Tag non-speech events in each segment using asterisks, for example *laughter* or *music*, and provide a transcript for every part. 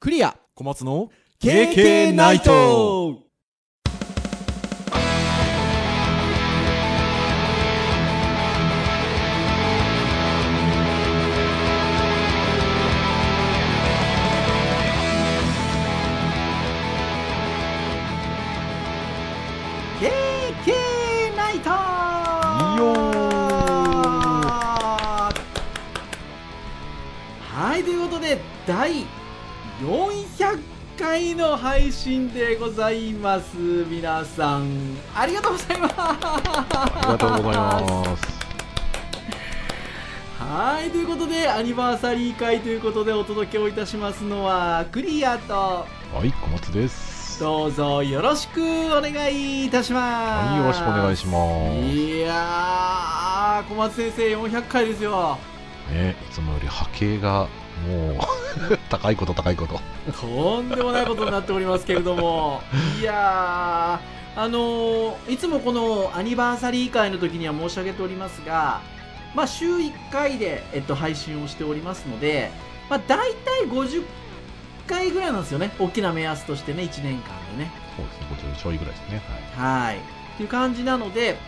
クリア小松の KK ナイトナイトいいよーはいということで第400回の配信でございます皆さんありがとうございますありがとうございますはいということでアニバーサリー会ということでお届けをいたしますのはクリアとはい小松ですはどうぞよろしくお願いいたしますいよろしくお願いしますいやー小松先生400回ですよねいつもより波形がもう *laughs* 高いこと高いこととんでもないことになっておりますけれどもいやーあのーいつもこのアニバーサリー会の時には申し上げておりますが、まあ、週1回で、えっと、配信をしておりますので、まあ、大体50回ぐらいなんですよね大きな目安としてね1年間でねそうですね50ちょいぐらいですねははいいっていう感じなので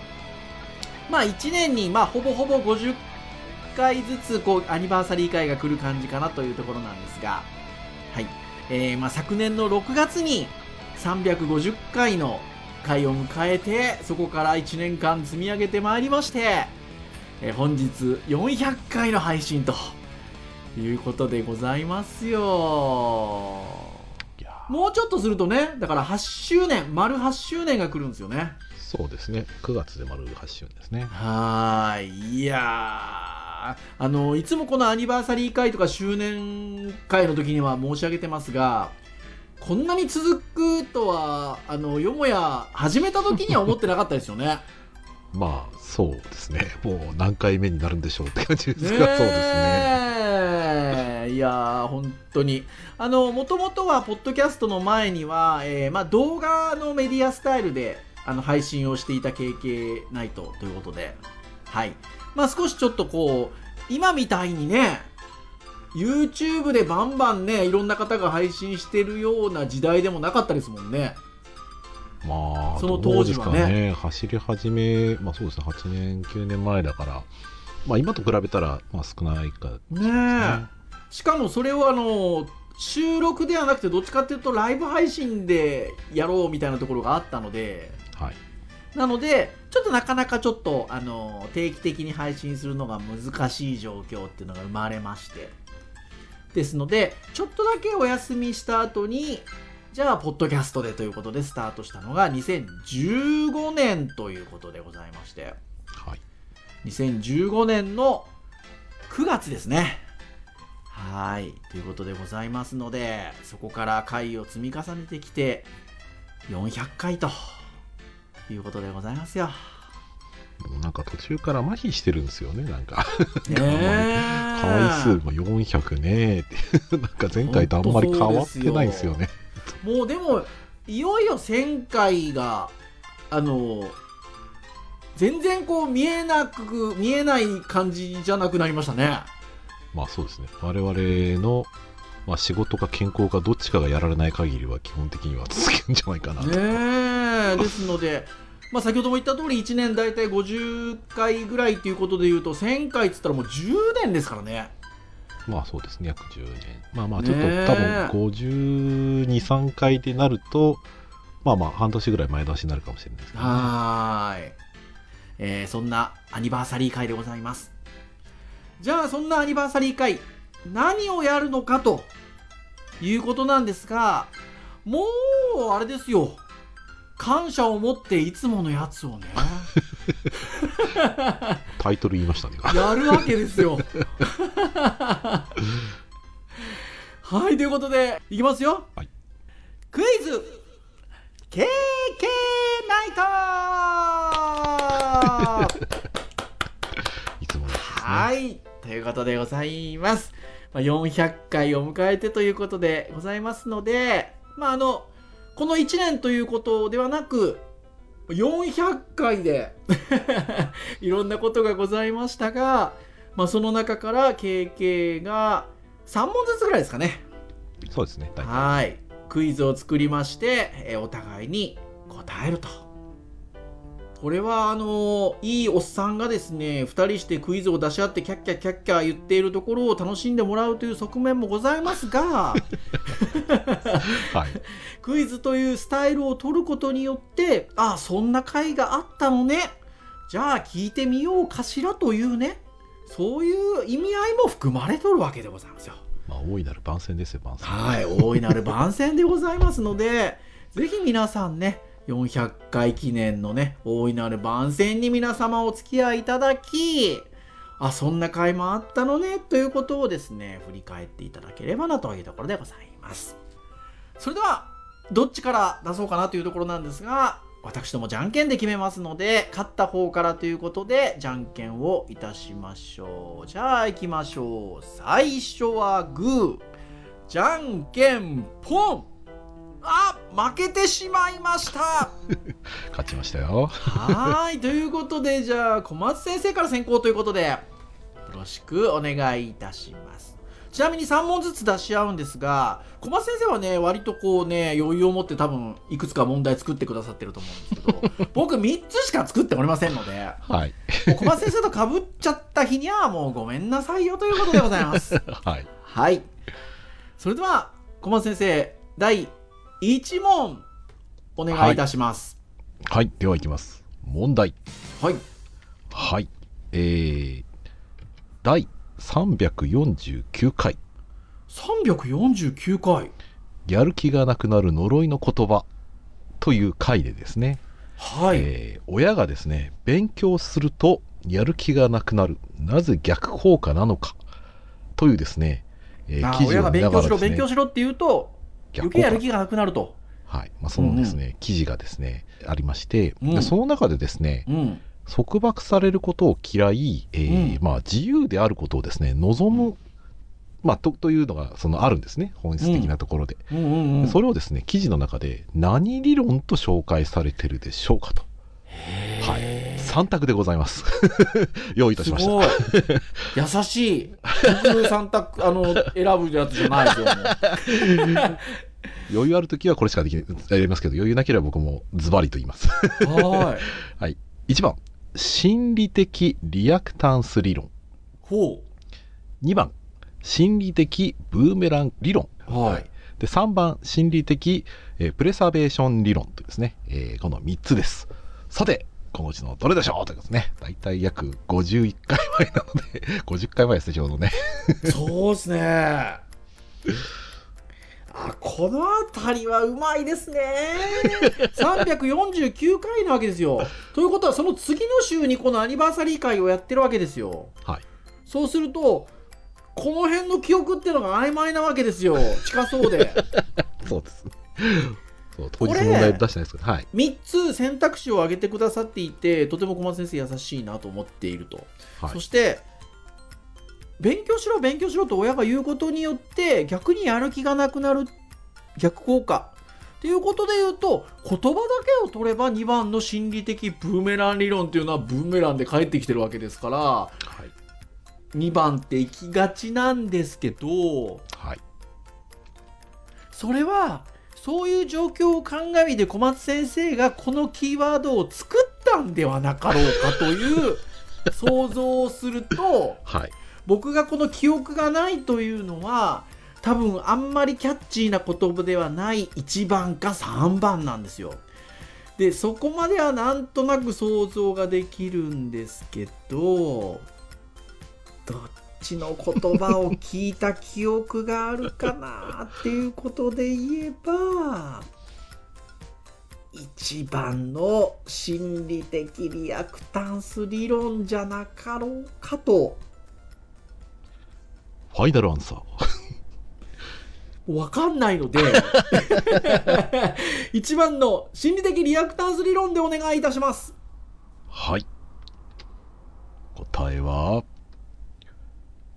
まあ1年にまあほぼほぼ50回ずつこうアニバーサリー会が来る感じかなというところなんですが、はいえーまあ、昨年の6月に350回の回を迎えてそこから1年間積み上げてまいりまして、えー本日400回の配信ということでございますよいやーもうちょっとするとねだから8周年丸8周年が来るんですよねそうですね9月で丸8周年ですねはーい、いやー、あの、いつもこのアニバーサリー会とか周年会の時には申し上げてますが、こんなに続くとは、あの、よもや始めた時には思ってなかったですよね。まあそうですねもう何回目になるんでしょうって感じですねが、 *laughs* そうですねえいやー本当にあのもともとはポッドキャストの前には、えーまあ、動画のメディアスタイルであの配信をしていた KK ナイトということではいまあ少しちょっとこう今みたいにね YouTube でバンバンねいろんな方が配信してるような時代でもなかったですもんねまあその当時はねどうですかね走り始めまあそうですね8年9年前だからまあ今と比べたら、まあ、少ないかねえ、しかもそれをあの収録ではなくてどっちかっていうとライブ配信でやろうみたいなところがあったのではいなのでちょっとなかなかちょっとあの定期的に配信するのが難しい状況っていうのが生まれましてですのでちょっとだけお休みした後にじゃあポッドキャストでということでスタートしたのが2015年ということでございましてはい2015年の9月ですね。はい。ということでございますので、そこから回を積み重ねてきて、400回ということでございますよ。でもなんか途中から麻痺してるんですよねなんかねえ回数も400ねっていう *laughs* なんか前回とあんまり変わってないんですよねもうでも、いよいよ1000回が、あの、全然こう見えなく、見えない感じじゃなくなりましたね。まあそうですね我々の、まあ、仕事か健康かどっちかがやられない限りは基本的には続けるんじゃないかなと、ねえですので、まあ、先ほども言った通り1年大体50回ぐらいということでいうと1000回っつったらもう10年ですからねまあそうですね約10年まあまあちょっとねえ多分523回でなるとまあまあ半年ぐらい前倒しになるかもしれないですけどね、はーい、えーそんなアニバーサリー会でございますじゃあそんなアニバーサリー会何をやるのかということなんですがもうあれですよ感謝を持っていつものやつをねタイトル言いましたねやるわけですよ。はい、ということで、いきますよ。はいクイズ !KK ナイトいつものやつですねはい、ということでございます。まあ、400回を迎えてということでございますので、まあ、あの、この1年ということではなく、400回で *laughs* いろんなことがございましたが、まあ、その中から KK が3問ずつぐらいですかね。そうですね大体はいクイズを作りまして、えーお互いに答えるとこれはあのーいいおっさんがですね2人してクイズを出し合ってキャッキャキャッキャ言っているところを楽しんでもらうという側面もございますがはいクイズというスタイルを取ることによってああそんな回があったのねじゃあ聞いてみようかしらというねそういう意味合いも含まれとるわけでございますよ。まあ大いなる番宣ですよ番宣はい、大いなる番宣でございますので、 *laughs* ぜひ皆さんね、400回記念のね、大いなる番宣に皆様お付き合いいただき、あ、そんな回もあったのね、ということをですね、振り返っていただければなというところでございます。それでは、どっちから出そうかなというところなんですが、私どもじゃんけんで決めますので、勝った方からということで、じゃんけんをいたしましょう。じゃあ、行きましょう。最初はグー。じゃんけんぽんあ負けてしまいました勝ちましたよはーいということでじゃあ小松先生から先行ということでよろしくお願いいたしますちなみに3問ずつ出し合うんですが小松先生はね割とこうね余裕を持って多分いくつか問題作ってくださってると思うんですけど僕3つしか作っておりませんのではいもう小松先生とかぶっちゃった日にはもうごめんなさいよということでございますはいはい。それでは、小松先生、第1問、お願いいたします。はいではいきます問題はい。はいえー、第349回349回。やる気がなくなる呪いの言葉という回でですね、はい。えー親がですね勉強するとやる気がなくなるなぜ逆効果なのかというですね、えーあ記事親をが見勉なが強しらろ、です勉ね強しろって言うと、逆余効計や果る気がなくなると。はいまあ、そのですね、記事がですねありまして、うんでその中でですねうん。束縛されることを嫌い、えーうんまあ、自由であることをですね望む、うんまあ、とというのがそのあるんですね本質的なところで、うんうんうん。それをですね記事の中で何理論と紹介されてるでしょうかとはいへー3択でございます *laughs* 用意いたしすましたごい。優しい。僕三択、あの、選ぶやつじゃないですよ。もう余裕ある時はこれしかできないやりますけど余裕なければ僕もズバリと言います *laughs* はーい。 1番心理的リアクタンス理論ほ2番心理的ブーメラン理論う。はい。で3番心理的、えープレサベーション理論というですね、えーこの3つですさてこのうちのどれでしょうということですね大体約51回前なので50回 *laughs* 前ですねちょうどねそうですね。あこの辺りはうまいですね。349回なわけですよ。ということはその次の週にこのアニバーサリー会をやってるわけですよ。はいそうするとこの辺の記憶ってのが曖昧なわけですよ。近そうで。そうですそう当日これ問題出してないですけどはい3つ選択肢を挙げてくださっていてとても小松先生優しいなと思っていると。はそいして勉強しろ勉強しろと親が言うことによって逆にやる気がなくなる逆効果っていうことで言うと言葉だけを取れば2番の心理的ブーメラン理論っていうのはブーメランで返ってきてるわけですからはい、 2番っていきがちなんですけどはい、それはそういう状況を鑑みて小松先生がこのキーワードを作ったんではなかろうかという想像をするとはい、僕がこの記憶がないというのは多分あんまりキャッチーな言葉ではない1番か3番なんですよ。でそこまではなんとなく想像ができるんですけどどっちの言葉を聞いた記憶があるかなっていうことで言えば1番の心理的リアクタンス理論じゃなかろうかとファイナルアンサーわかんないので、 *laughs* 一番の心理的リアクタンス理論でお願いいたします。はい答えは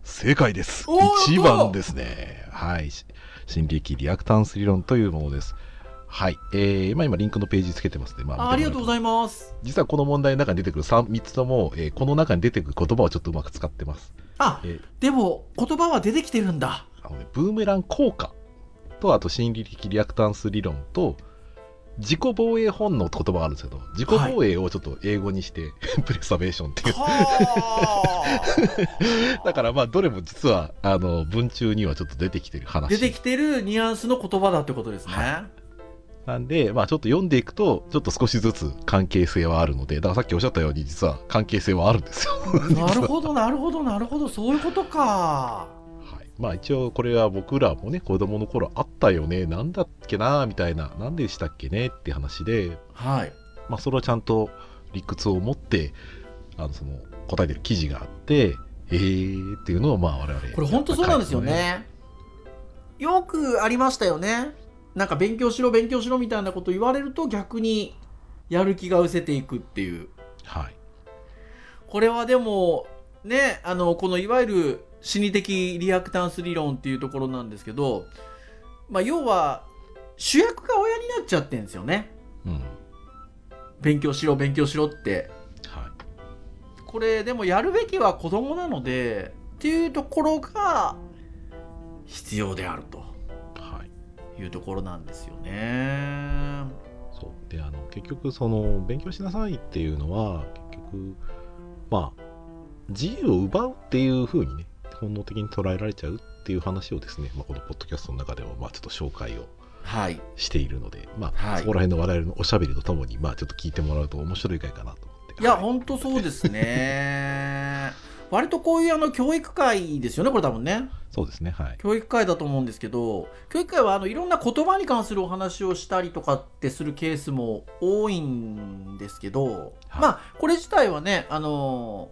正解ですおーやった1番ですねはいし心理的リアクタンス理論というものですはいえーまあ、今リンクのページつけてますね、まあありがとうございますいます。実はこの問題の中に出てくる 3, 3つとも、えーこの中に出てくる言葉をちょっとうまく使ってますあえーでも言葉は出てきてるんだ。あのねブーメラン効果とあと心理的リアクタンス理論と自己防衛本能って言葉があるんですけど自己防衛をちょっと英語にして、 *laughs* プレサベーションっていうはあだからまあどれも実はあの文中にはちょっと出てきてる話 *laughs* 出てきてるニュアンスの言葉だってことですね、なんで、まあ、ちょっと読んでいくとちょっと少しずつ関係性はあるのでだからさっきおっしゃったように実は関係性はあるんですよ。 *laughs* なるほどなるほどなるほどそういうことかはい、まあ一応これは僕らもね子供の頃あったよねなんだっけなみたいななんでしたっけねって話で、はいまあ、それをちゃんと理屈を持ってあのその答えてる記事があってえーっていうのをまあ我々これ本当そうなんですよねよくありましたよねなんか勉強しろ勉強しろみたいなこと言われると逆にやる気が失せていくっていうはいこれはでもねあのこのいわゆる心理的リアクタンス理論っていうところなんですけど、まあ、要は主役が親になっちゃってんですよねうんはい勉強しろ勉強しろってこれでもやるべきは子供なのでっていうところが必要であるとはいいうところなんですよねそうであの結局その勉強しなさいっていうのは結局まあ自由を奪うっていう風にね本能的に捉えられちゃうっていう話をですね、まあ、このポッドキャストの中ではまあちょっと紹介をはいしているので、まあはいそこら辺の我々のおしゃべりとともに、まあ、ちょっと聞いてもらうと面白い回かなと思って。いやはいほんとそうです *laughs* ね割とこういうあの教育会ですよねこれ多分ねそうですね、はい。教育会だと思うんですけど教育会はあのいろんな言葉に関するお話をしたりとかってするケースも多いんですけど、はいまあこれ自体はねあの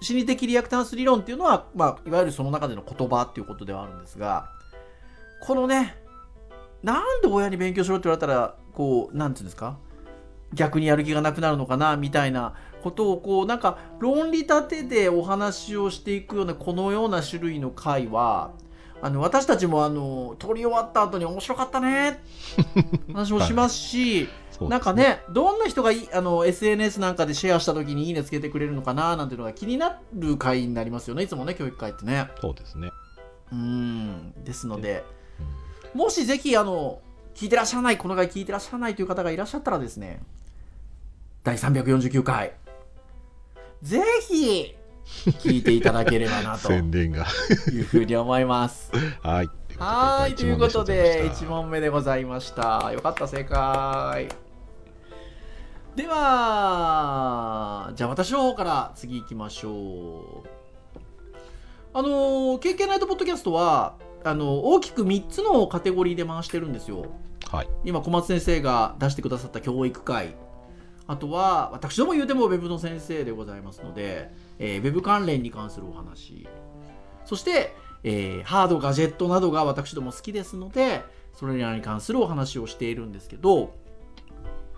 心理的リアクタンス理論っていうのは、まあ、いわゆるその中での言葉っていうことではあるんですがこのねなんで親に勉強しろって言われたらこうなんていうんですか逆にやる気がなくなるのかなみたいなことをこうなんか論理立てでお話をしていくようなこのような種類の回はあの私たちもあの撮り終わった後に面白かったね話もしますし、そうですなんかねどんな人がいあの SNS なんかでシェアした時にいいねつけてくれるのかななんていうのが気になる回になりますよねいつもね教育会ってねそうですね。うんですのでもしぜひあの聞いてらっしゃらないこの回聞いてらっしゃらないという方がいらっしゃったらですね第349回ぜひ聞いていただければう、なんとい宣伝が。うふうに思いますはい。はーい、ということで、1問問目でございました。よかった、正解。では、じゃあ私の方から次行きましょう。あのー、KK ナイトポッドキャストは、あの大きく3つのカテゴリーで回してるんですよ。はい今、小松先生が出してくださった教育会。あとは、私ども言うてもウェブの先生でございますので、えー、ウェブ関連に関するお話。そして、えーハードガジェットなどが私ども好きですのでそれらに関するお話をしているんですけど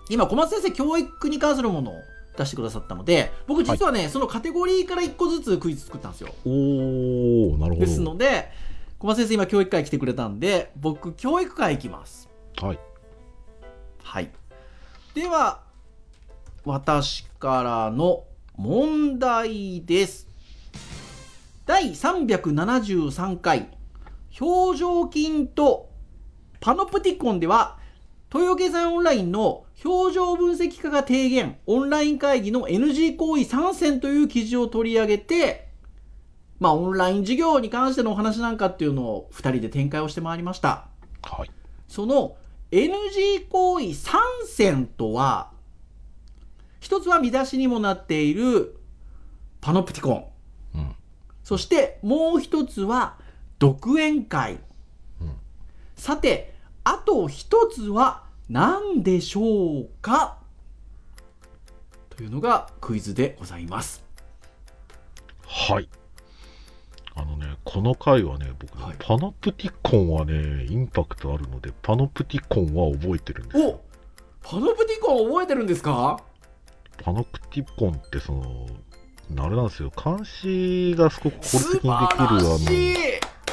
今小松先生教育に関するものを出してくださったので僕実はね、そのカテゴリーから1個ずつクイズ作ったんですよおー、なるほど。ですので小松先生今教育会来てくれたんで僕教育会行きますはい。はいでは私からの問題です第373回表情筋とパノプティコンでは豊経済オンラインの表情分析家が提言オンライン会議の NG 行為3選という記事を取り上げてまあオンライン授業に関してのお話なんかっていうのを2人で展開をしてまいりましたはい。その NG 行為3選とは、一つは見出しにもなっているパノプティコン。うん。そしてもう一つは独演会。うんさて、あと一つは何でしょうかというのがクイズでございます。はい。あのね、この回はね、僕ね、はいパノプティコンはね、インパクトあるので、パノプティコンは覚えてるんですよおパノプティコン覚えてるんですかパノプティコンってその、あれなんですよ、監視がすごく効率素的にできる、あ晴らしの、い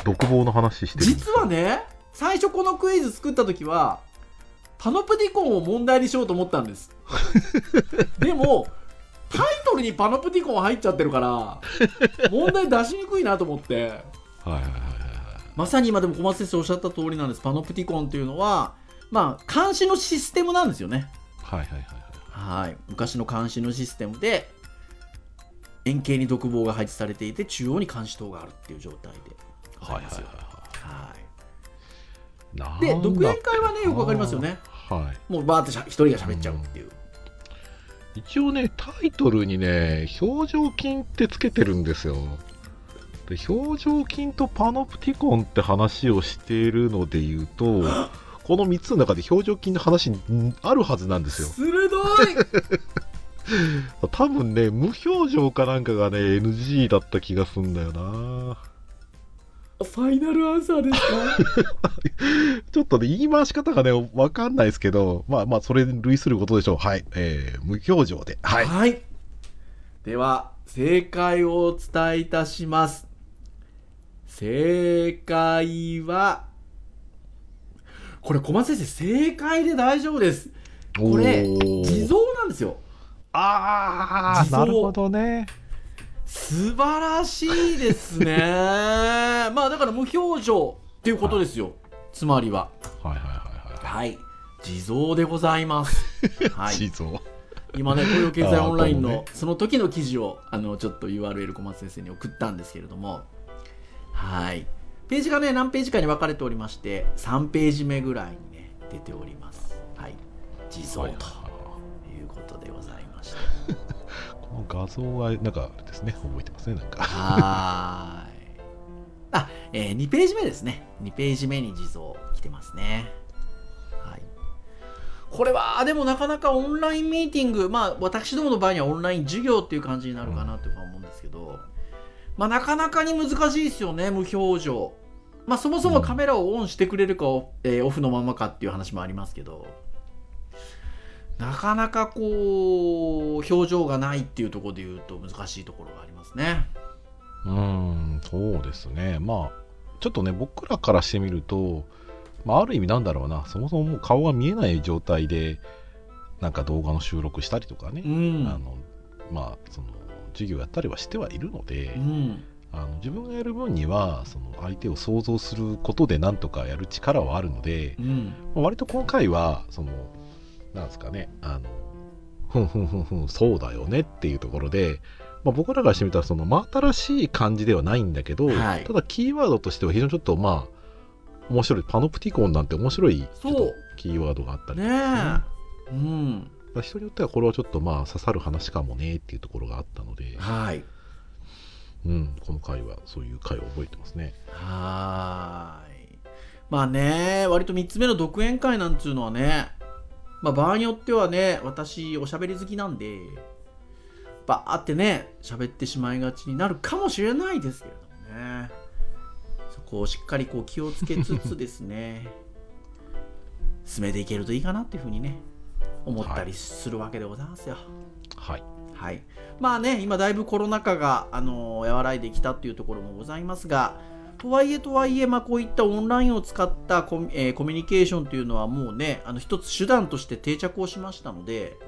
独房の話してるんです実よはね最初このクイズ作った時はパノプティコンを問題にしようと思ったん *laughs* ですでもタイトルにパノプティコン入っちゃってるから問題出しにくいなと思ってはいはいはいはいはいまさに今でも小松先生おっしゃった通りなんです。パノプティコンというのは、まあ、監視のシステムなんですよね。はいはいはいはいはい。昔の監視のシステムで、円形に独房が配置されていて、中央に監視塔があるっていう状態で。はいはいははいい。はいでなんだっけ独演会はねよくわかりますよねはいもうバーってしゃ一人が喋っちゃうっていう。一応ねタイトルにね表情筋ってつけてるんですよで表情筋とパノプティコンって話をしているので言うと *gasps* この3つの中で表情筋の話んあるはずなんですよ鋭い *laughs* 多分ね無表情かなんかがね NG だった気がすんだよなファイナルアンサーですかちょっとね言い回し方がねわかんないですけどまあまあそれに類することでしょうはい、えー、無表情ではいはい。では、正解をお伝えいたします。正解は、これ小松先生、正解で大丈夫です。これおー地蔵なんですよ。ああ地蔵なるほどね素晴らしいです *laughs* ね。まあだから無表情っていうことですよ。つまりは。はいはいはいははいい。地蔵でござい *laughs* ます。はい。地蔵今ね東洋経済オンラインの、あーこのねその時の記事をあのちょっと URL 小松先生に送ったんですけれどもはいページがね何ページかに分かれておりまして3ページ目ぐらいにね出ておりますはい地蔵ということでございましたこの画像はなんかあれですね覚えてますねなんかはーいあ、えー、2ページ目ですね2ページ目に地蔵来てますねはいこれはでもなかなかオンラインミーティングまあ私どもの場合にはオンライン授業っていう感じになるかなというふうに思うんですけど、まあなかなかに難しいですよね無表情まあそもそもカメラをオンしてくれるか、えーオフのままかっていう話もありますけどなかなかこう表情がないっていうところで言うと難しいところがありますね。うーんそうですねまあちょっとね僕らからしてみると、まあ、ある意味なんだろうなそもそももう顔が見えない状態でなんか動画の収録したりとかね、うんあのまあその授業やったりはしてはいるので、うん、あの自分がやる分にはその相手を想像することでなんとかやる力はあるので、うん、まあ割と今回はそのなんですかねあのふんふんふんふんそうだよねっていうところで、まあ、僕らからしてみたらその真新しい感じではないんだけど、はいただキーワードとしては非常にちょっとまあ面白いパノプティコンなんて面白いちょそうっとキーワードがあったりとねかえ、うん、だから人によってはこれはちょっとまあ刺さる話かもねっていうところがあったので、はい、うん、この回はそういう回を覚えてますね。はーい。まあね、割と3つ目の独演会なんつうのはね、まあ場合によってはね、私、おしゃべり好きなんで、バーってね、喋ってしまいがちになるかもしれないですけれどもね、そこをしっかりこう気をつけつつです *laughs* ね、進めていけるといいかなっていうふうにね、思ったりするわけでございますよ。はい、はい、まあね今だいぶコロナ禍が、あのー和らいできたっていうところもございますがとはいえとはいえ、まあ、こういったオンラインを使ったコミ,、えーコミュニケーションというのはもうねあの一つ手段として定着をしましたので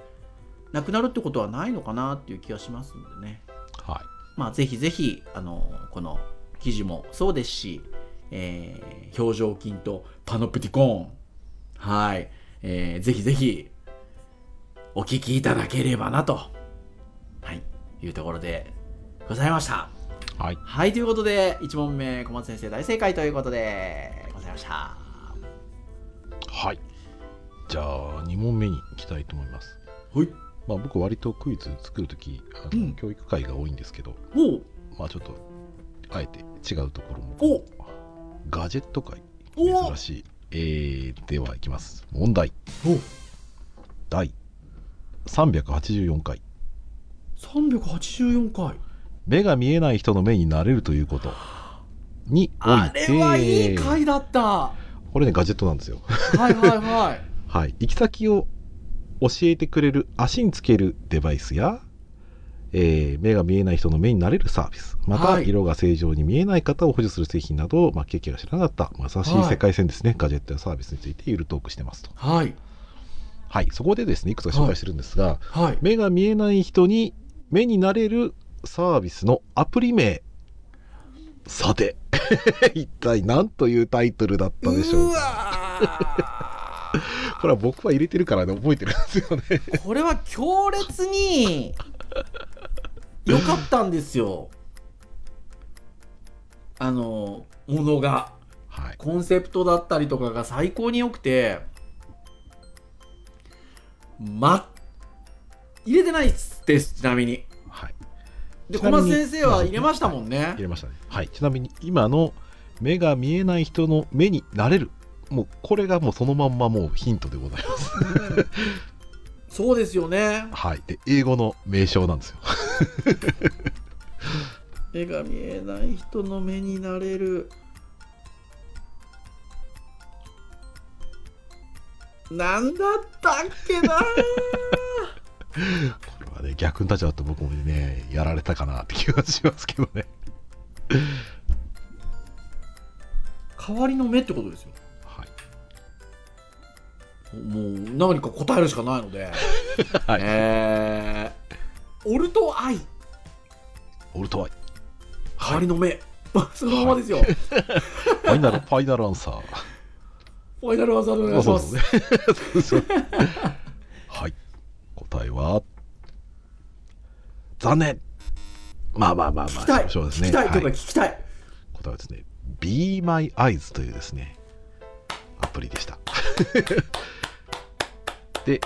なくなるってことはないのかなっていう気がしますんでね、はいまあ、ぜひぜひ、あのーこの記事もそうですし、えー表情筋とパノプティコーンはい、えーぜひぜひお聞きいただければなと、はい、いうところでございました。はいはい、ということで、1問目、小松先生大正解ということで、ございました。はいじゃあ2問目に行きたいと思います。はい。まあ、僕割とクイズ作るとき、あのうん教育会が多いんですけど、おうまあちょっとあえて違うところもおガジェット界お珍しい、えー、ではいきます問題お第384回 !384 回。目が見えない人の目になれるということにおあいてれはいい回だった。はこれねガジェットなんですよいはいはい。はい行き先を教えてくれる足につけるデバイスやえー目が見えない人の目になれるサービスまたはい色が正常に見えない方を補助する製品など、まあ、経験が知らなかったまさしはいい世界線ですね、ガジェットやサービスについてゆるトークしてますと *laughs* はい。はいそこでですねいくつか紹介してるんですが、はい。目が見えない人に目になれるサービスのアプリ名さて *laughs* 一体何というタイトルだったでしょううかわこれは僕は入れてるからね覚えてるんですよね *laughs* ーこれは強烈に良かったんですよあのものがはいコンセプトだったりとかが最高に良くてま入れてないっすですちなみにはいでち小なみ松に先生は入れましたもんね入れましたねはいちなみに今の目が見えない人の目になれるもうこれがもうそのまんまもうヒントでございます *laughs* そうですよねはいで英語の名称なんですよ *laughs* 目が見えない人の目になれるなんだったっけなこれはね逆に立っちゃうと僕もねやられたかなって気がしますけどね *laughs* *laughs* 代わりの目ってことですよはいもう何か答えるしかないので、はいえー、オルトアイオルトワイ代わりの目、そのままですよ、フファイナルフ *laughs* ァイナルアンサーァイナル技でお願いしますあそうそう *laughs* ねはい答えは残念まあまあまあまあ聞きたい、そうです聞ねきたいとかは聞い、きたい答えはですね「Be My Eyes」というですねアプリでした *laughs* で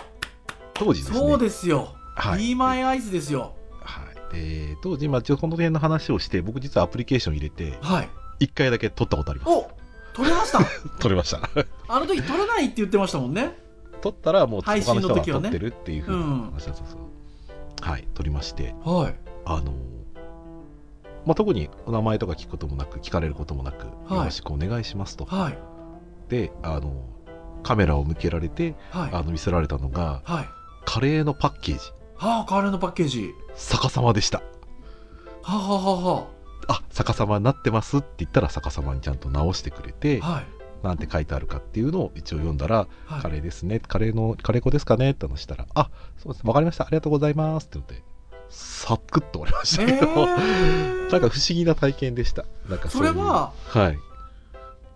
当時ですねそうですよ、はい Be My Eyes ですよはい、で当時、まあ、ちょっとこの辺の話をして僕実はアプリケーション入れてはい1回だけ撮ったことありますお取れました撮れました *laughs* あの時取れないって言ってましたもんね撮ったらもう他配信のの人が時撮はっねてるっていうふうな話だったんですけど、はい撮りましてはいあのまあ、特にお名前とか聞くこともなく聞かれることもなく、いよろしくお願いしますと、はいであのカメラを向けられてはいあの見せられたのがはいカレーのパッケージはあカレーのパッケージ逆さまでしたはあはあはあ逆さまになってますって言ったら逆さまにちゃんと直してくれてあはあはいなんて書いてあるかっていうのを一応読んだら「はいカレーですねカレーのカレー粉ですかね?」って話したら「あそうですわかりましたありがとうございます」って言ってサクッと終わりましたけど、えー *laughs* なんか不思議な体験でしたなんかそういれうははい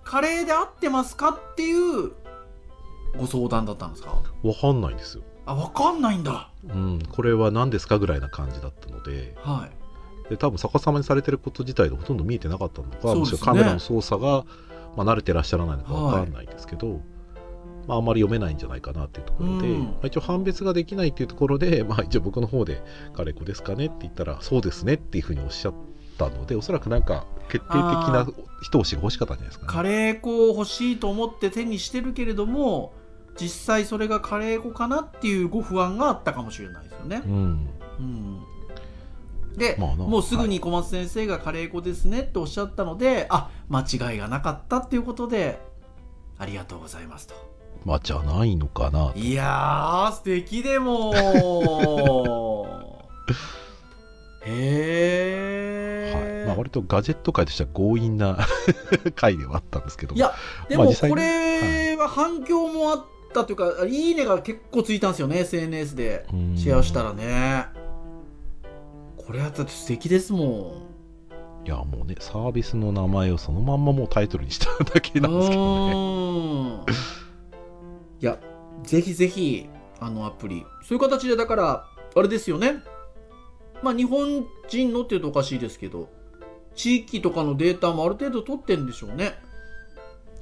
カレーで合ってますかっていうご相談だったんですかわかんないんですよあわかんないんだうん、これは何ですかぐらいな感じだったのではいで多分逆さまにされてること自体がほとんど見えてなかったのか、そうですねもしくはカメラの操作が、まあ、慣れてらっしゃらないのかわかんないんですけど、まあ、あんまり読めないんじゃないかなっていうところで、うんまあ、一応判別ができないっていうところで、 *laughs* まあ、一応僕の方で「カレコですかね?」って言ったら「そうですね」っていうふうにおっしゃったのでおそらくなんか決定的あな一押しが欲しかったんじゃないですかカね。レー粉を欲しいと思って手にしてるけれども実際それがカレー粉かなっていうご不安があったかもしれないですよねう、ん、うん、で、まあなもうすぐに小松先生がカレー粉ですねっておっしゃったので、あ間違いがなかったっていうことでありがとうございますとまあじゃないのかなといやー素敵で *laughs* もへえ、はいまあ、割とガジェット界としては強引な *laughs* 回ではあったんですけどもいやでもまあ実際にこれは反響もあったというか、い、いねが結構ついたんですよね SNS でうんシェアしたらねこれはだって素敵ですもいやもうねサービスの名前をそのまんまもうタイトルにしただけんなんですけどねうーんいやぜひぜひあのアプリそういう形でだからあれですよねまあ日本人のっていうとおかしいですけど地域とかのデータもある程度取ってんでしょうね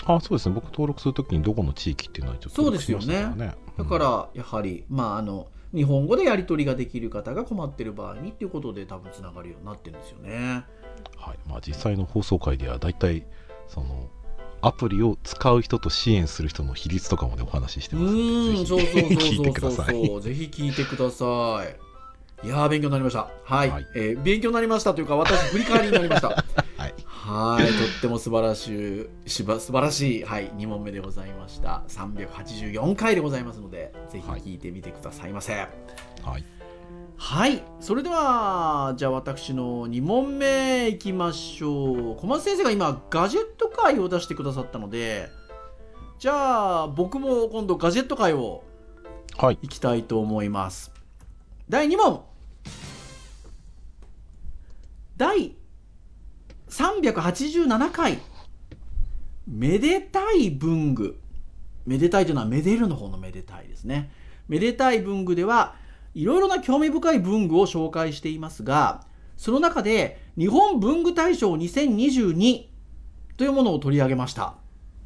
あそうですね僕登録するときにどこの地域っていうのは一応登録しましたからそうねだからやはり、まあ、あの日本語でやり取りができる方が困ってる場合にっていうことで多分つながるようになってるんですよね。うんはいまあ、実際の放送回では大体そのアプリを使う人と支援する人の比率とかもねお話ししてうますのでーん、ぜそうそうひ聞いてくそだうそうさそういそう、ぜひ聞いてください。いやー勉強になりました。はい、はいえー勉強になりましたというか私振り返りになりました。 *laughs* はいはい、とっても素晴らしいしば素晴らしいはい二問目でございました。三百八十四回でございますのでぜひ聞いてみてくださいませ。はいはいそれではじゃあ私の2問目いきましょう小松先生が今ガジェット界を出してくださったのでじゃあ僕も今度ガジェット界をはいいきたいと思います第2問第387回「めでたい文具」めでたいというのはめでるの方のめでたいですねめでたい文具ではいろいろな興味深い文具を紹介していますがその中で日本文具大賞2022というものを取り上げました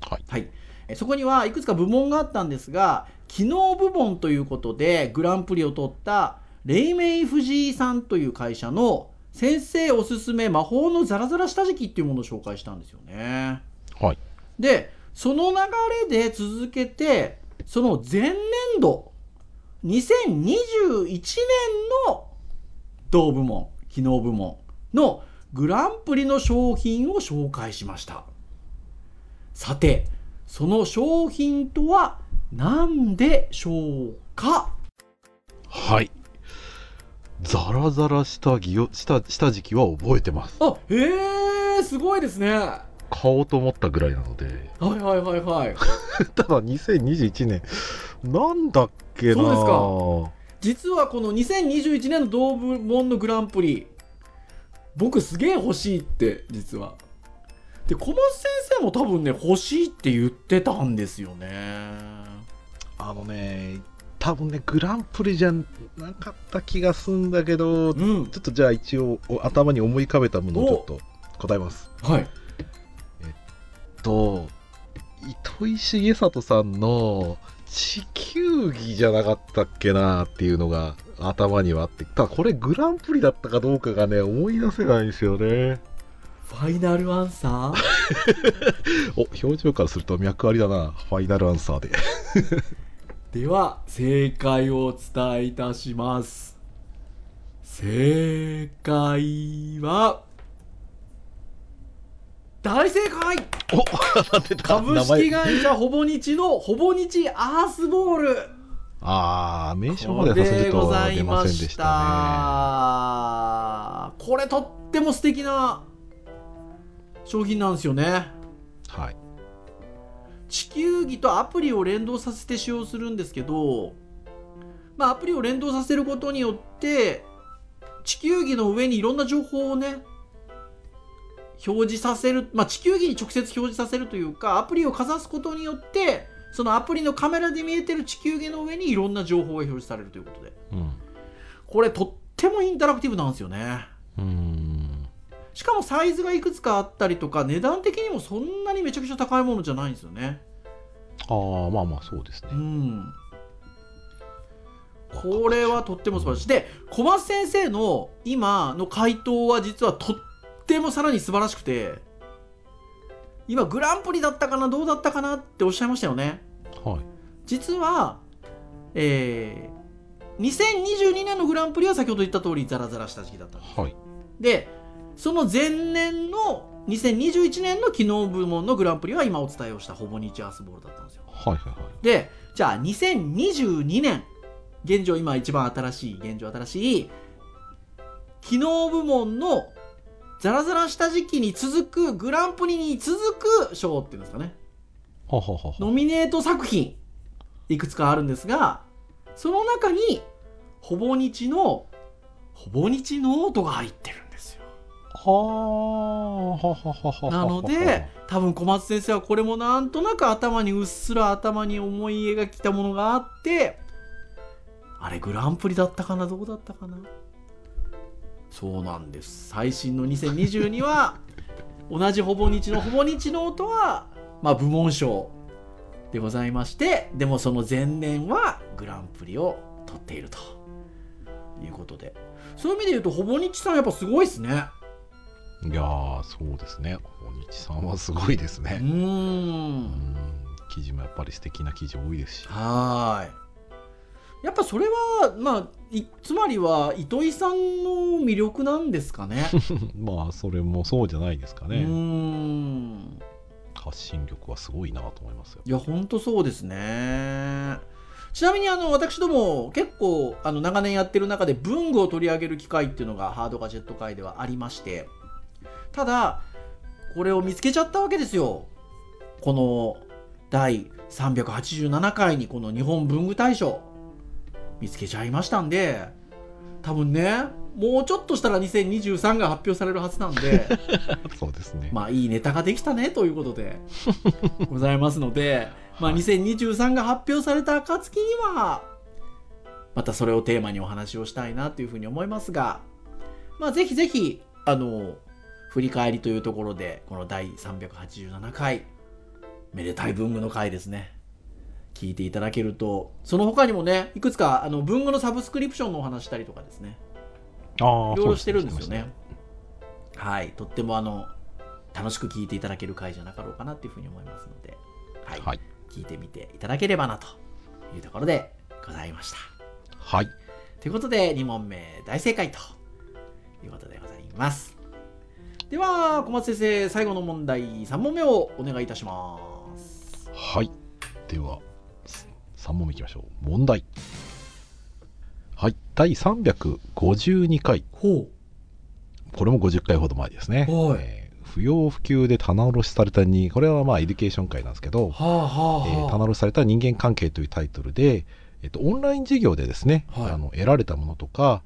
はい、はい、えそこにはいくつか部門があったんですが機能部門ということでグランプリを取ったレイメイフジーさんという会社の先生おすすめ魔法のザラザラ下敷きっていうものを紹介したんですよね。はい、でその流れで続けてその前年度2021年の同部門機能部門のグランプリの商品を紹介しましたさてその商品とは何でしょうかはい。ザラザラ下着を、下、下敷きは覚えてます。あへえすごいですねは買おうと思ったぐらいなので。いはいはいはいただ2021年、なんだっけなそ実はこの2021年の同部門のグランプリ僕すげえ欲しいって実はで小松先生も多分ね欲しいって言ってたんですよねあのね、多分ね、グランプリじゃなかった気がすんだけど、ちょうんっとじゃあ一応お頭に思い浮かべたものをちょっと答えます。はいと、糸井重里さんの地球儀じゃなかったっけなっていうのが頭にはあって、ただこれグランプリだったかどうかがね、思い出せないんですよね。ファイナルアンサー *laughs* お、表情からすると脈ありだな、ファイナルアンサーで。では正解をお伝えいたします正解は大正解お、なんでだ *laughs* 株式名前会社ほぼ日のほぼ日アースボールあー、名称こまれではさせでるとござい出まませんでししたね。たこれとっても素敵な商品なんですよねはい。地球儀とアプリを連動させて使用するんですけど、まあ、アプリを連動させることによって地球儀の上にいろんな情報をね表示させる、まあ、地球儀に直接表示させるというかアプリをかざすことによってそのアプリのカメラで見えてる地球儀の上にいろんな情報が表示されるということでうん。これとってもインタラクティブなんですよねうーん。しかもサイズがいくつかあったりとか値段的にもそんなにめちゃくちゃ高いものじゃないんですよねあー、まあまあそうですねう。んこれはとっても素晴らしいで小松先生の今の回答は実はとってもさらに素晴らしくて今グランプリだったかなどうだったかなっておっしゃいましたよねはい。実はえー2022年のグランプリは先ほど言った通りザラザラした時期だったんですはい。でその前年の2021年の機能部門のグランプリは今お伝えをしたほぼ日アースボールだったんですよはいはいはい。でじゃあ2022年現状今一番新しい現状新しい機能部門のザラザラした時期に続くグランプリに続く賞っていうんですかねはははは。ノミネート作品いくつかあるんですがその中にほぼ日のほぼ日ノートが入ってるんですよはあ、はははは。なの *laughs* で、多分小松先生はこれもなんとなく頭にうっすら頭に思い描きたものがあってあれグランプリだったかなどうだったかなそうなんです最新の2022は *laughs* 同じほぼ日のほぼ日の音は、まあ、部門賞でございましてでもその前年はグランプリを取っているということでそういう意味で言うとほぼ日さんやっぱすごいですね。いやー、そうですね。大西さんはすごいですうね。ーうんん、記事もやっぱり素敵な記事多いですし。 *laughs* はーい。やっぱそれは、まあ、いつまりは糸井さんの魅力なんですかね。まあ、それもそうじゃないですかうーね。ん。発信力はすごいなと思いますよ。いや、ほんとそうですね。ちなみにあの私ども結構あの長年やってる中で文具を取り上げる機会っていうのがハードガジェット界ではありましてただこれを見つけちゃったわけですよこの第387回にこの日本文具大賞見つけちゃいましたんで多分ねもうちょっとしたら2023が発表されるはずなんでそうですね。まあいいネタができたねということ *laughs* でございますので、まあ、はい2023が発表された暁にはまたそれをテーマにお話をしたいなというふうに思いますが、まあ、ぜひぜひあの振り返りというところでこの第387回めでたい文具の回ですね聞いていただけるとその他にもねいくつかあの文具のサブスクリプションのお話したりとかですねああいろいろしてるんですよね。はい、とってもあの楽しく聞いていただける回じゃなかろうかなっていうふうに思いますので、はい、はい。聞いてみていただければなというところでございました。はい。ということで、2問目大正解ということでございます。では、小松先生、最後の問題、3問目をお願いいたします。はい。では、す3問目いきましょう。問題。はい。第352回。ほこれも50回ほど前ですはね。いえー不要不急で棚卸しされたに、これはまあ、エデュケーション会なんですけど、はあはえー棚卸しされた人間関係というタイトルで、えっと、オンライン授業でですね、はいあの得られたものとか、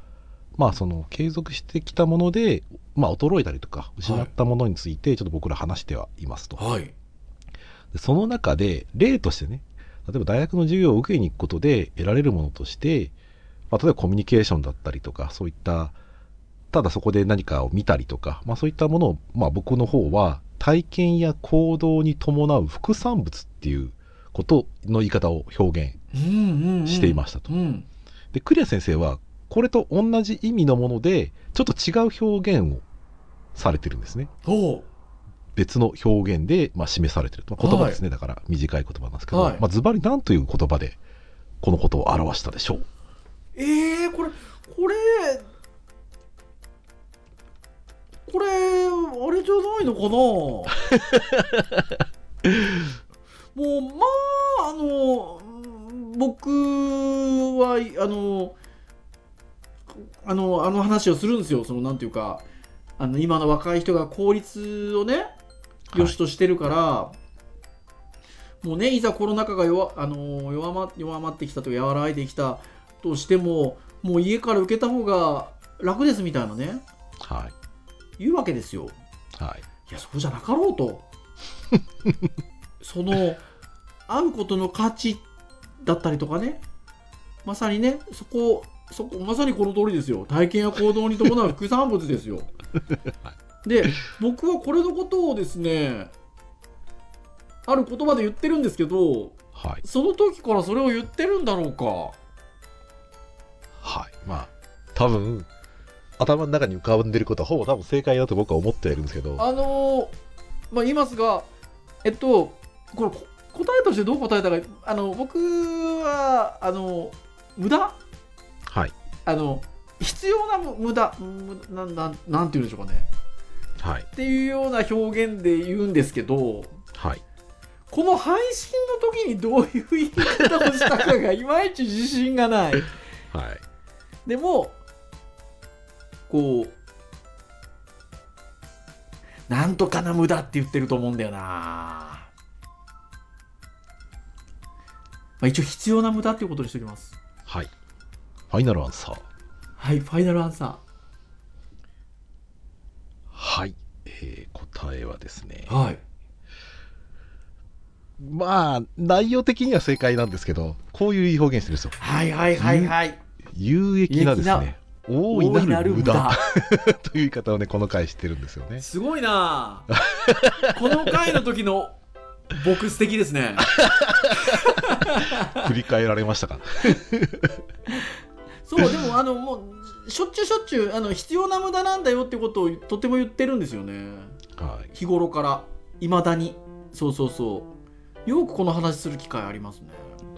まあ、その継続してきたもので、まあ、衰えたりとか失ったものについてちょっと僕ら話してはいますと、はい。でその中で例としてね例えば大学の授業を受けに行くことで得られるものとして、まあ、例えばコミュニケーションだったりとかそういったただそこで何かを見たりとか、まあ、そういったものを、まあ、僕の方は体験や行動に伴う副産物っていうことの言い方を表現うんうん、していまましたと。うん。でクリア先生はこれと同じ意味のものでちょっと違う表現をされてるんですね。ほ別の表現で、まあ、示されてると、まあ言葉はいですね、だから短い言葉なんですけど、はいまあ、ズバリ何という言葉でこのことを表したでしょうえー、これこれこれあれじゃないのかなもうまああのうん僕はいあのあのあの話をするんですよそのなんていうかあの今の若い人が効率をね良しとしてるから、もうねいざコロナ禍が弱,、あの弱ま弱まってきたと和らいできたとしてももう家から受けた方が楽ですみたいなねはい言うわけですよはいいやそうじゃなかろうとその会うことの価値だったりとかねまさにねそこそこまさにこの通りですよ体験や行動に伴う副産物ですよで僕はこれのことをですねある言葉で言ってるんですけどはいその時からそれを言ってるんだろうかはいまあ多分頭の中に浮かんでることはほぼ多分正解だと僕は思ってはいるんですけどあのーまあ、言いますが、えっと、これこ答えとしてどう答えたらいいあの僕はあの無駄はいあの必要な無無駄無なんなんなんて言うんでしょうかねはいっていうような表現で言うんですけどはいこの配信の時にどういう言い方をしたかがいまいち自信がないはいでもこうなんとかな無駄って言ってると思うんだよな、まあ、一応必要な無駄っていうことにしておきますはいファイナルアンサーはいファイナルアンサはい、えー答えはですねーはいまあ内容的には正解なんですけどこういう表現してるんですよはいはいはいはい有益なです有益ね大いなる無大い駄なるという言い方をねこの回してるんですよねすごい *laughs* なこの回の時の僕素敵ですね振り返られましたかそうでもあのもうしょっちゅうしょっちゅうあの必要な無駄なんだよってことをとても言ってるんですよねはい日頃からいまだにそうそうそうよくこの話する機会ありますね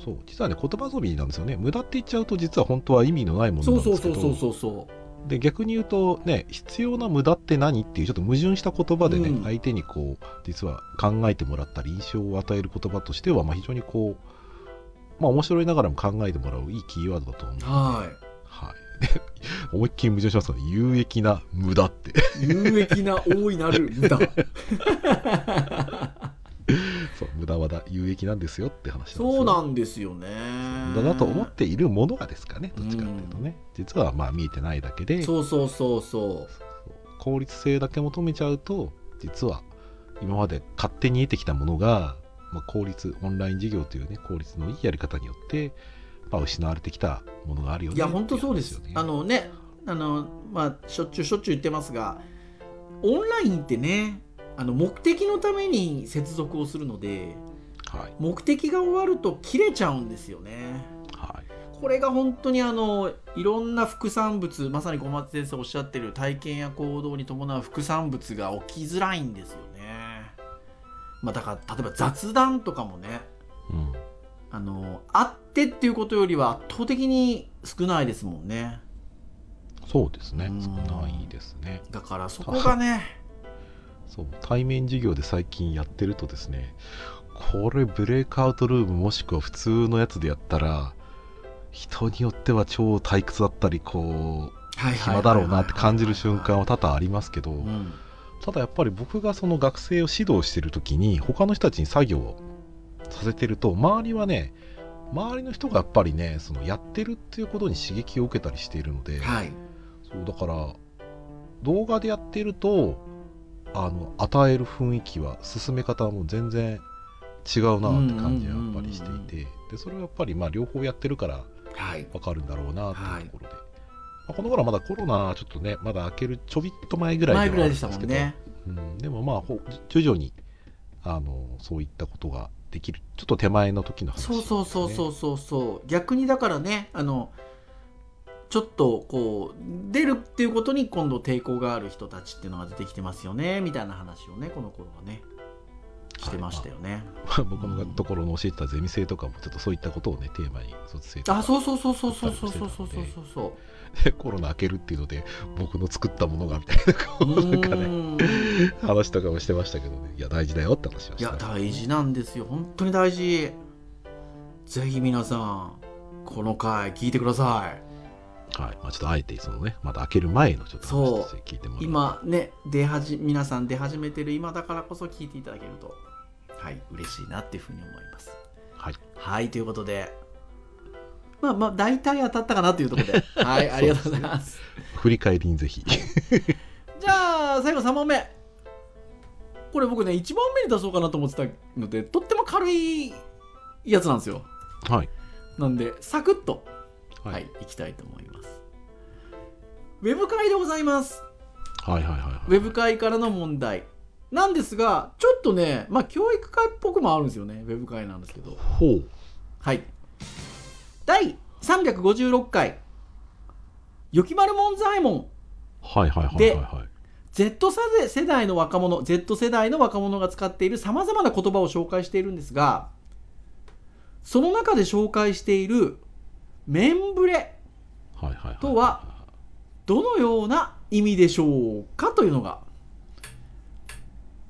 そう実はね言葉遊びなんですよね無駄って言っちゃうと実は本当は意味のないものそなうんそでうすけそうどそうそうそうで逆に言うとね必要な無駄って何っていうちょっと矛盾した言葉でね、うん相手にこう実は考えてもらったり印象を与える言葉としては、まあ、非常にこうまあ面白いながらも考えてもらういいキーワードだと思う、ははい、で思いっきり矛盾しますよね有益な無駄って *laughs* い有益な大いなる無駄そう無駄はだ有益なんですよって話なんですよそうなんですよねんだなと思っているものがですかねどっちかっていうとね実はまあ見えてないだけでそうそうそうそ効率性だけ求めちゃうと実は今まで勝手に得てきたものが、まあ、効率オンライン授業というね効率のいいやり方によって、まあ、失われてきたものがあるようねいや本当そうですっていあ話よねのねあのまあしょっちゅうしょっちゅう言ってますがオンラインってねあの目的のために接続をするのではい目的が終わると切れちゃうんですよねはいこれが本当にあのいろんな副産物まさに小松先生おっしゃってる体験や行動に伴う副産物が起きづらいんですよね、まあ、だから例えば雑談とかもねうんあの会ってっていうことよりは圧倒的に少ないですもんねそうですねうん少ないですねだからそこがねそう対面授業で最近やってるとですねこれブレイクアウトルームもしくは普通のやつでやったら人によっては超退屈だったりこうはいはいはいはい暇だろうなって感じる瞬間は多々ありますけど、うんただやっぱり僕がその学生を指導してる時に他の人たちに作業をさせてると周りはね周りの人がやっぱりねそのやってるっていうことに刺激を受けたりしているので、はいそうだから動画でやってるとあの与える雰囲気は進め方はもう全然違うなって感じはやっぱりしていて、でそれはやっぱりまあ両方やってるからはいわかるんだろうなっていうところで、まあ、この頃はまだコロナちょっとねまだ開けるちょびっと前ぐら前いぐではらあいるでんしたもですんけどねうん、でもまあほ徐々にあのそういったことができるちょっと手前の時の話、そうそうそうそううそうそう逆にだからねあのちょっとこう出るっていうことに今度抵抗がある人たちっていうのが出てきてますよねみたいな話をねこの頃はねしてましたよね、 *laughs* 僕のところの教えてたゼミ生とかもちょっとそういったことをねテーマに卒生とかあそうそうそうそうそうそうそうそうそうそうでコロナ開けるっていうので僕の作ったものがみたいなこううなんかねーん話とかもしてましたけどねいや大事だよって話はいしてやました大事なんですよ本当に大事ぜひ皆さんこの回聞いてくださいはいまあ、ちょっとあえてそのねまだ開ける前のちょっと話として聞いてもらう今ね出はじ皆さん出始めてる今だからこそ聞いていただけるとはい嬉しいなっていうふうに思いますはいはいということでまあまあ大体当たったかなというところ *laughs* ではいありがとうございます振り返りにぜひじゃあ最後3問目これ僕ね1問目に出そうかなと思ってたのでとっても軽いやつなんですよはいなんでサクッとはいはい、いきたいと思いますウェブ会でございますはいはいはいはいウェブ会からの問題なんですがちょっとねまあ教育会っぽくもあるんですよねウェブ会なんですけどほうはい第356回「よきまる門左衛門はいはいはいではいはい Z 世代の若者 Z 世代の若者が使っているさまざまな言葉を紹介しているんですがその中で紹介している「面ぶれ」はいはいいいとはどのような意味でしょうかというのが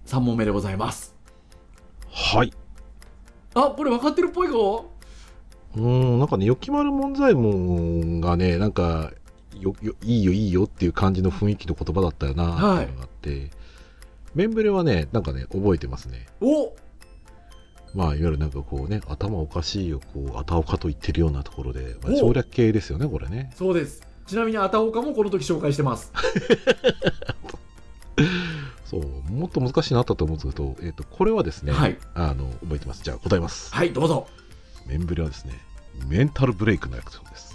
3問目でございますはいあこれ分かってるっぽいぞうーんなんかねよきまる門左衛門がねなんかよよいいよいいよっていう感じの雰囲気の言葉だったよなっていうのがあって、メンブレはねなんかね覚えてますねおまあいわゆるなんかこうね頭おかしいをこうあたおかと言ってるようなところで、まあお省略系ですよねこれねそうですちなみにアタオカもこの時紹介してますそうもっと難しいのあったと思うんですけど、えっとこれはですね、はいあの覚えてますじゃあ答えます、はいどうぞメンブレはですねメンタルブレイクの略称です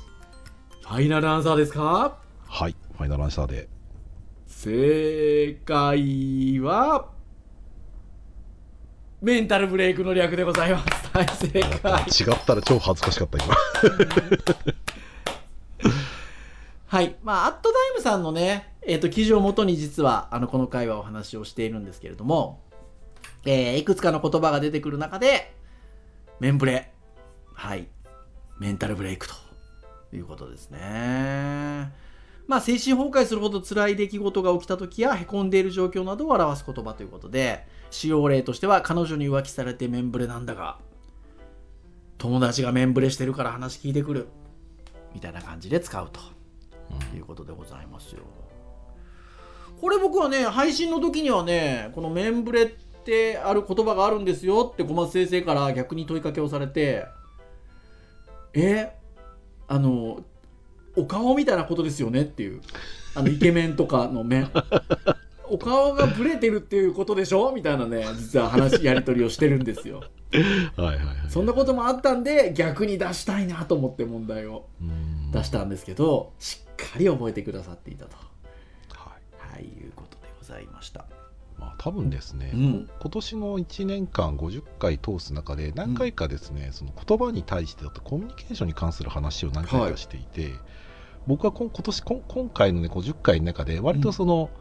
ファイナルアンサーですかはいファイナルアンサーで正解はメンタルブレイクの略でございますはい正いや解違ったら超恥ずかしかっ *laughs* た今はいまあアットダイムさんのね、えっと記事をもとに実はあのこの会話をお話をしているんですけれども、えーいくつかの言葉が出てくる中でメンブレはいメンタルブレイクということですねまあ精神崩壊するほど辛い出来事が起きた時やへこんでいる状況などを表す言葉ということで使用例としては彼女に浮気されてメンブレなんだが友達がメンブレしてるから話聞いてくるみたいな感じで使うということでございますよ。これ僕はね配信の時にはねこの「メンブレ」ってある言葉があるんですよって小松先生から逆に問いかけをされて「えあのお顔みたいなことですよねっていうあのイケメンとかの面お顔がブレてるっていうことでしょみたいなね実は話やり取りをしてるんですよはいはいはい。そんなこともあったんで逆に出したいなと思って問題をうん出したんですけどしっかり覚えてくださっていたとはい。はいいうことでございましたまあ多分ですね、うん今年の1年間50回通す中で何回かですね、その言葉に対してだとコミュニケーションに関する話を何回かしていて、僕はこん今年こん今回のね50回の中で割とその、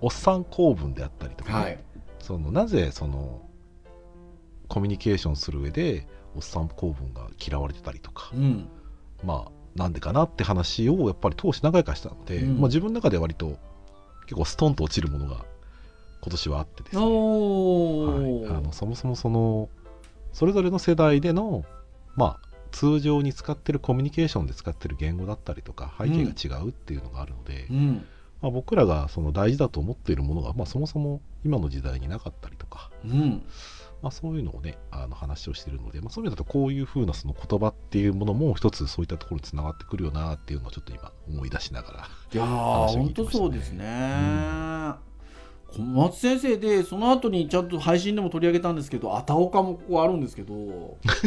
おっさん構文であったりとかね、はいそのなぜそのコミュニケーションする上でおっさん構文が嫌われてたりとかう、んまあなんでかなって話をやっぱり通し何回かしたので、うんまあ、自分の中で割と結構ストンと落ちるものが今年はあってですね。おはい、ーあのそもそもそのそれぞれの世代での、まあ、通常に使ってるコミュニケーションで使ってる言語だったりとか背景が違うっていうのがあるので、うんまあ、僕らがその大事だと思っているものが、まあ、そもそも今の時代になかったりとか、うんまあ、そういうのをねあの話をしてるので、まあ、そういう意味だとこういうふうなその言葉っていうものも一つそういったところにつながってくるよなっていうのをちょっと今思い出しながら。いやー話を聞本いて当ましたねそうですね、ん小松先生でその後にちゃんと配信でも取り上げたんですけど「あたおか」もここあるんですけ *laughs* ど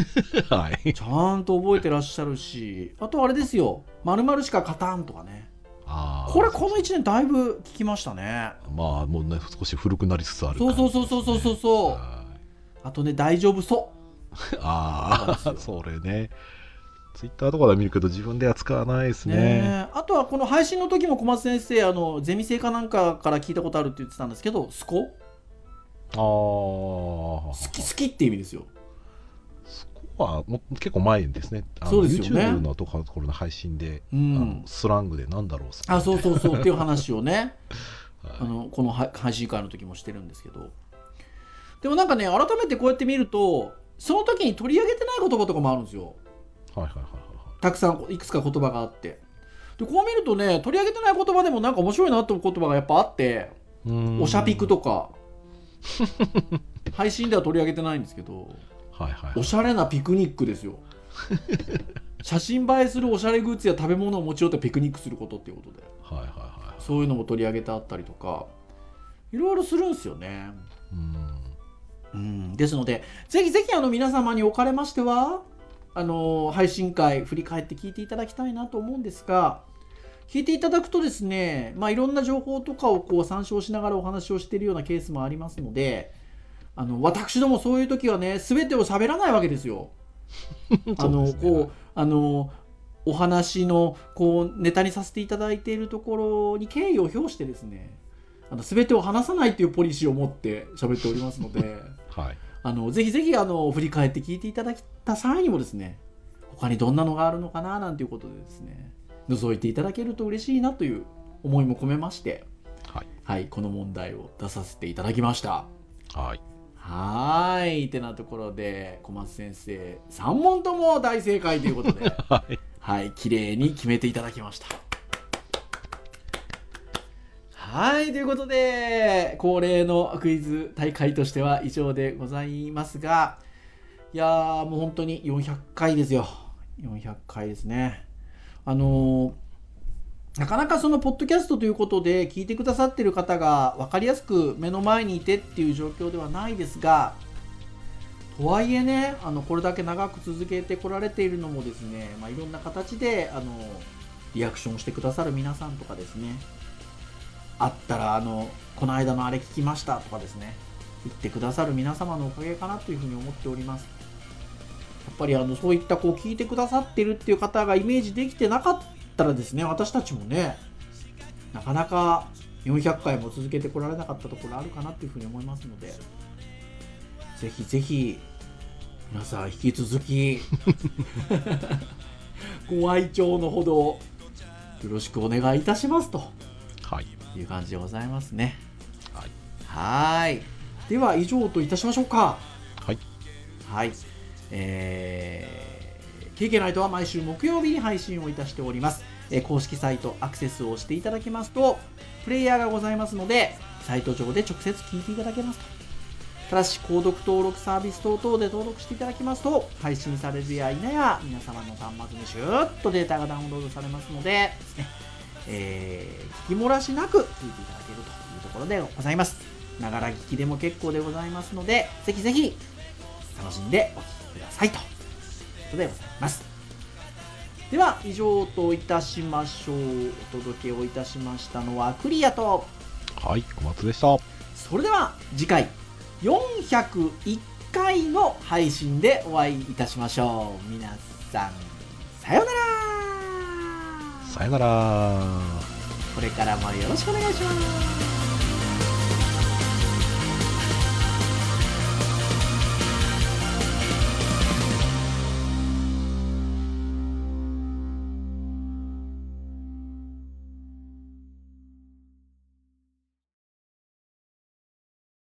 *laughs* はい、ちゃんと覚えてらっしゃるしあとあれですよ「まるしか勝たん」とかねあーこれこの1年だいぶ聞きましたねまあもうね少し古くなりつつあるそうそう感じそうですそねうそうそうそうはいあとね「大丈夫そあそうなんあ、です *laughs* それね。ツイッターとかで見るけど自分では使わないですう」ねね。えあとはこの配信の時も小松先生あのゼミ生かなんかから聞いたことあるって言ってたんですけど「すこ」ああ。好き好きって意味ですよそこはもう結構前ですね。あのそうですよね YouTube のとかのところの配信で、うあんのスラングでなんだろう、あそうそうそうっていう話をねあはいのこの *laughs* は配信会の時もしてるんですけどでもなんかね改めてこうやって見るとその時に取り上げてない言葉とかもあるんですよはいはいはいはいたくさんいくつか言葉があってでこう見るとね取り上げてない言葉でもなんか面白いなって思う言葉がやっぱあってうーんおしゃぴくとか配信では取り上げてないんですけどはいはいはいおしゃれなピクニックですよ写真映えするおしゃれグッズや食べ物を持ち寄ってピクニックすることっていうことではいはいはそういうのも取り上げてあったりとかいろいろするんですよねい。うーんうん、ですので、ぜひぜひあの皆様におかれましては、あの配信会、振り返って聞いていただきたいなと思うんですが、聞いていただくとですね、まあ、いろんな情報とかをこう参照しながらお話をしているようなケースもありますので、あの私どもそういう時はね、すべてを喋らないわけですよ。あそうのですねこうあのお話のこうネタにさせていただいているところに敬意を表してですね、あの全てを話さないというポリシーを持って喋っておりますので。 *laughs* はい。あのぜひぜひあの振り返って聞いていただいた際にもですね他にどんなのがあるのかななんていうことでですね覗いていただけると嬉しいなという思いも込めましてはい。はいこの問題を出させていただきましたはい。はーいってなところで小松先生3問とも大正解ということではい。はい綺麗に決めていただきましたはいということで恒例のクイズ大会としては以上でございますがいやーもう本当に400回ですよ400回ですねあのーなかなかそのポッドキャストということで聞いてくださってる方が分かりやすく目の前にいてっていう状況ではないですがとはいえねあのこれだけ長く続けてこられているのもですね、まあ、いろんな形であのリアクションしてくださる皆さんとかですねあったらあのこの間のあれ聞きましたとかですね言ってくださる皆様のおかげかなというふうに思っておりますやっぱりあのそういったこう聞いてくださってるっていう方がイメージできてなかったらですね私たちもねなかなか400回も続けてこられなかったところあるかなというふうに思いますのでぜひぜひ皆さん引き続きご愛聴のほどよろしくお願いいたしますとはい。いう感じでございますねはいはーいでは以上といたしましょうかはい。はい。えー、KK ナイトは毎週木曜日に配信をいたしております。えー公式サイトアクセスをしていただきますと、プレイヤーがございますので、サイト上で直接聞いていただけますと。ただし、購読登録サービス等々で登録していただきますと、配信されるや否や、皆様の端末にシューッとデータがダウンロードされますので、ですね、えー、聞き漏らしなく聞いていただけるというところでございます。ながら聞きでも結構でございますので、ぜひぜひ、楽しんでお聴きくださいということでございます。では、以上といたしましょう。お届けをいたしましたのは、クリアと、はい、小松でした。それでは次回401回の配信でお会いいたしましょう皆さんさようならさよなら。これからもよろしくお願いします